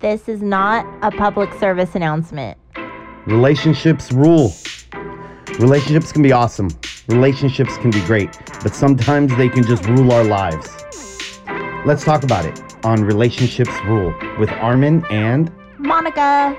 This is not a public service announcement. Relationships rule. Relationships can be awesome. Relationships can be great, but sometimes they can just rule our lives. Let's talk about it on Relationships Rule with Armin and Monica,